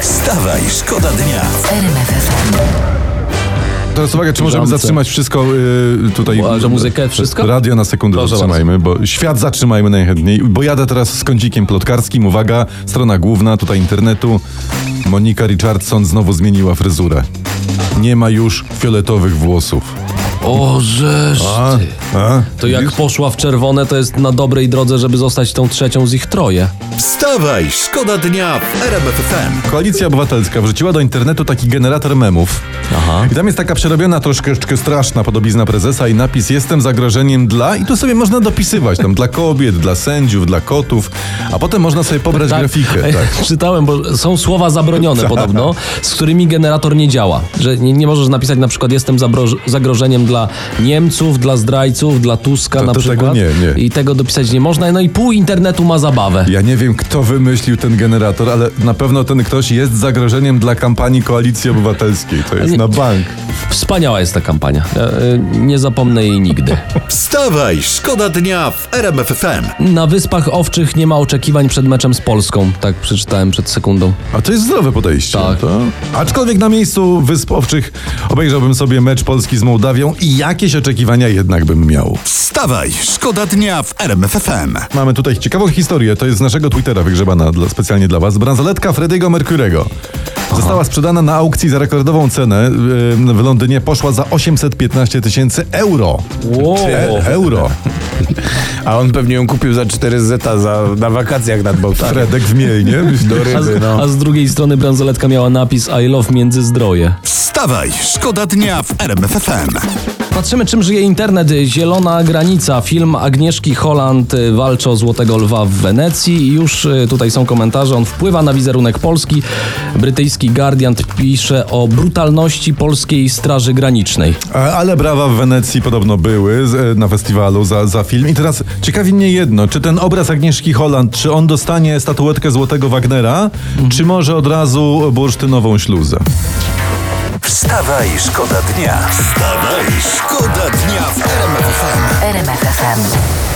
Wstawaj, szkoda dnia. Teraz uwaga, czy możemy Rządce. zatrzymać wszystko y, tutaj? Bo- że muzykę, wszystko? Radio na sekundę Proszę zatrzymajmy, bo świat zatrzymajmy najchętniej. Bo jadę teraz z kącikiem plotkarskim. Uwaga, strona główna, tutaj internetu. Monika Richardson znowu zmieniła fryzurę. Nie ma już fioletowych włosów. O, żeż ty. A? To jak poszła w czerwone, to jest na dobrej drodze, żeby zostać tą trzecią z ich troje. Wstawaj, szkoda dnia w RMF FM. Koalicja Obywatelska wrzuciła do internetu taki generator memów. Aha. I tam jest taka przerobiona troszeczkę straszna podobizna prezesa i napis Jestem zagrożeniem dla... I tu sobie można dopisywać tam dla kobiet, dla sędziów, dla kotów. A potem można sobie pobrać grafikę. Tak. Czytałem, bo są słowa zabronione podobno, z którymi generator nie działa. Że nie, nie możesz napisać na przykład jestem zabro- zagrożeniem dla Niemców, dla zdrajców, dla Tuska To- na to tego przykład. nie, nie. I tego dopisać nie można. No i pół internetu ma zabawę. Ja nie wiem, kto wymyślił ten generator, ale na pewno ten ktoś jest zagrożeniem dla kampanii Koalicji Obywatelskiej. To jest Nie. na bank. Wspaniała jest ta kampania. Ja, y, nie zapomnę jej nigdy. Wstawaj, szkoda dnia w RMF FM. Na Wyspach Owczych nie ma oczekiwań przed meczem z Polską. Tak przeczytałem przed sekundą. A to jest zdrowe podejście. Tak. To... Aczkolwiek na miejscu Wysp Owczych obejrzałbym sobie mecz Polski z Mołdawią i jakieś oczekiwania jednak bym miał. Wstawaj, szkoda dnia w RMF FM. Mamy tutaj ciekawą historię, to jest z naszego Twittera wygrzebana dla, specjalnie dla was. Bransoletka Freddiego Mercurego. Została sprzedana na aukcji za rekordową cenę. Yy, W Londynie poszła za 815 tysięcy euro. Wow. E- euro. A on pewnie ją kupił za 4 zeta za, na wakacjach nad Bałtarem. Fredek w Mielnie. Tak. Do A ryby, z, no. a z drugiej strony bransoletka miała napis I love międzyzdroje. Wstawaj, szkoda dnia w RMF FM. Patrzymy, czym żyje internet. Zielona granica. Film Agnieszki Holland y, walczy o Złotego Lwa w Wenecji. I Już y, tutaj są komentarze. On wpływa na wizerunek Polski. Brytyjski Guardian pisze o brutalności polskiej straży granicznej. E, Ale brawa w Wenecji podobno były z- e, na festiwalu za, za film. I teraz ciekawi mnie jedno, czy ten obraz Agnieszki Holland, czy on dostanie statuetkę Złotego Wagnera, czy może od razu bursztynową śluzę? Wstawaj, szkoda dnia. Wstawaj, szkoda dnia w RMF FM. RMFFM.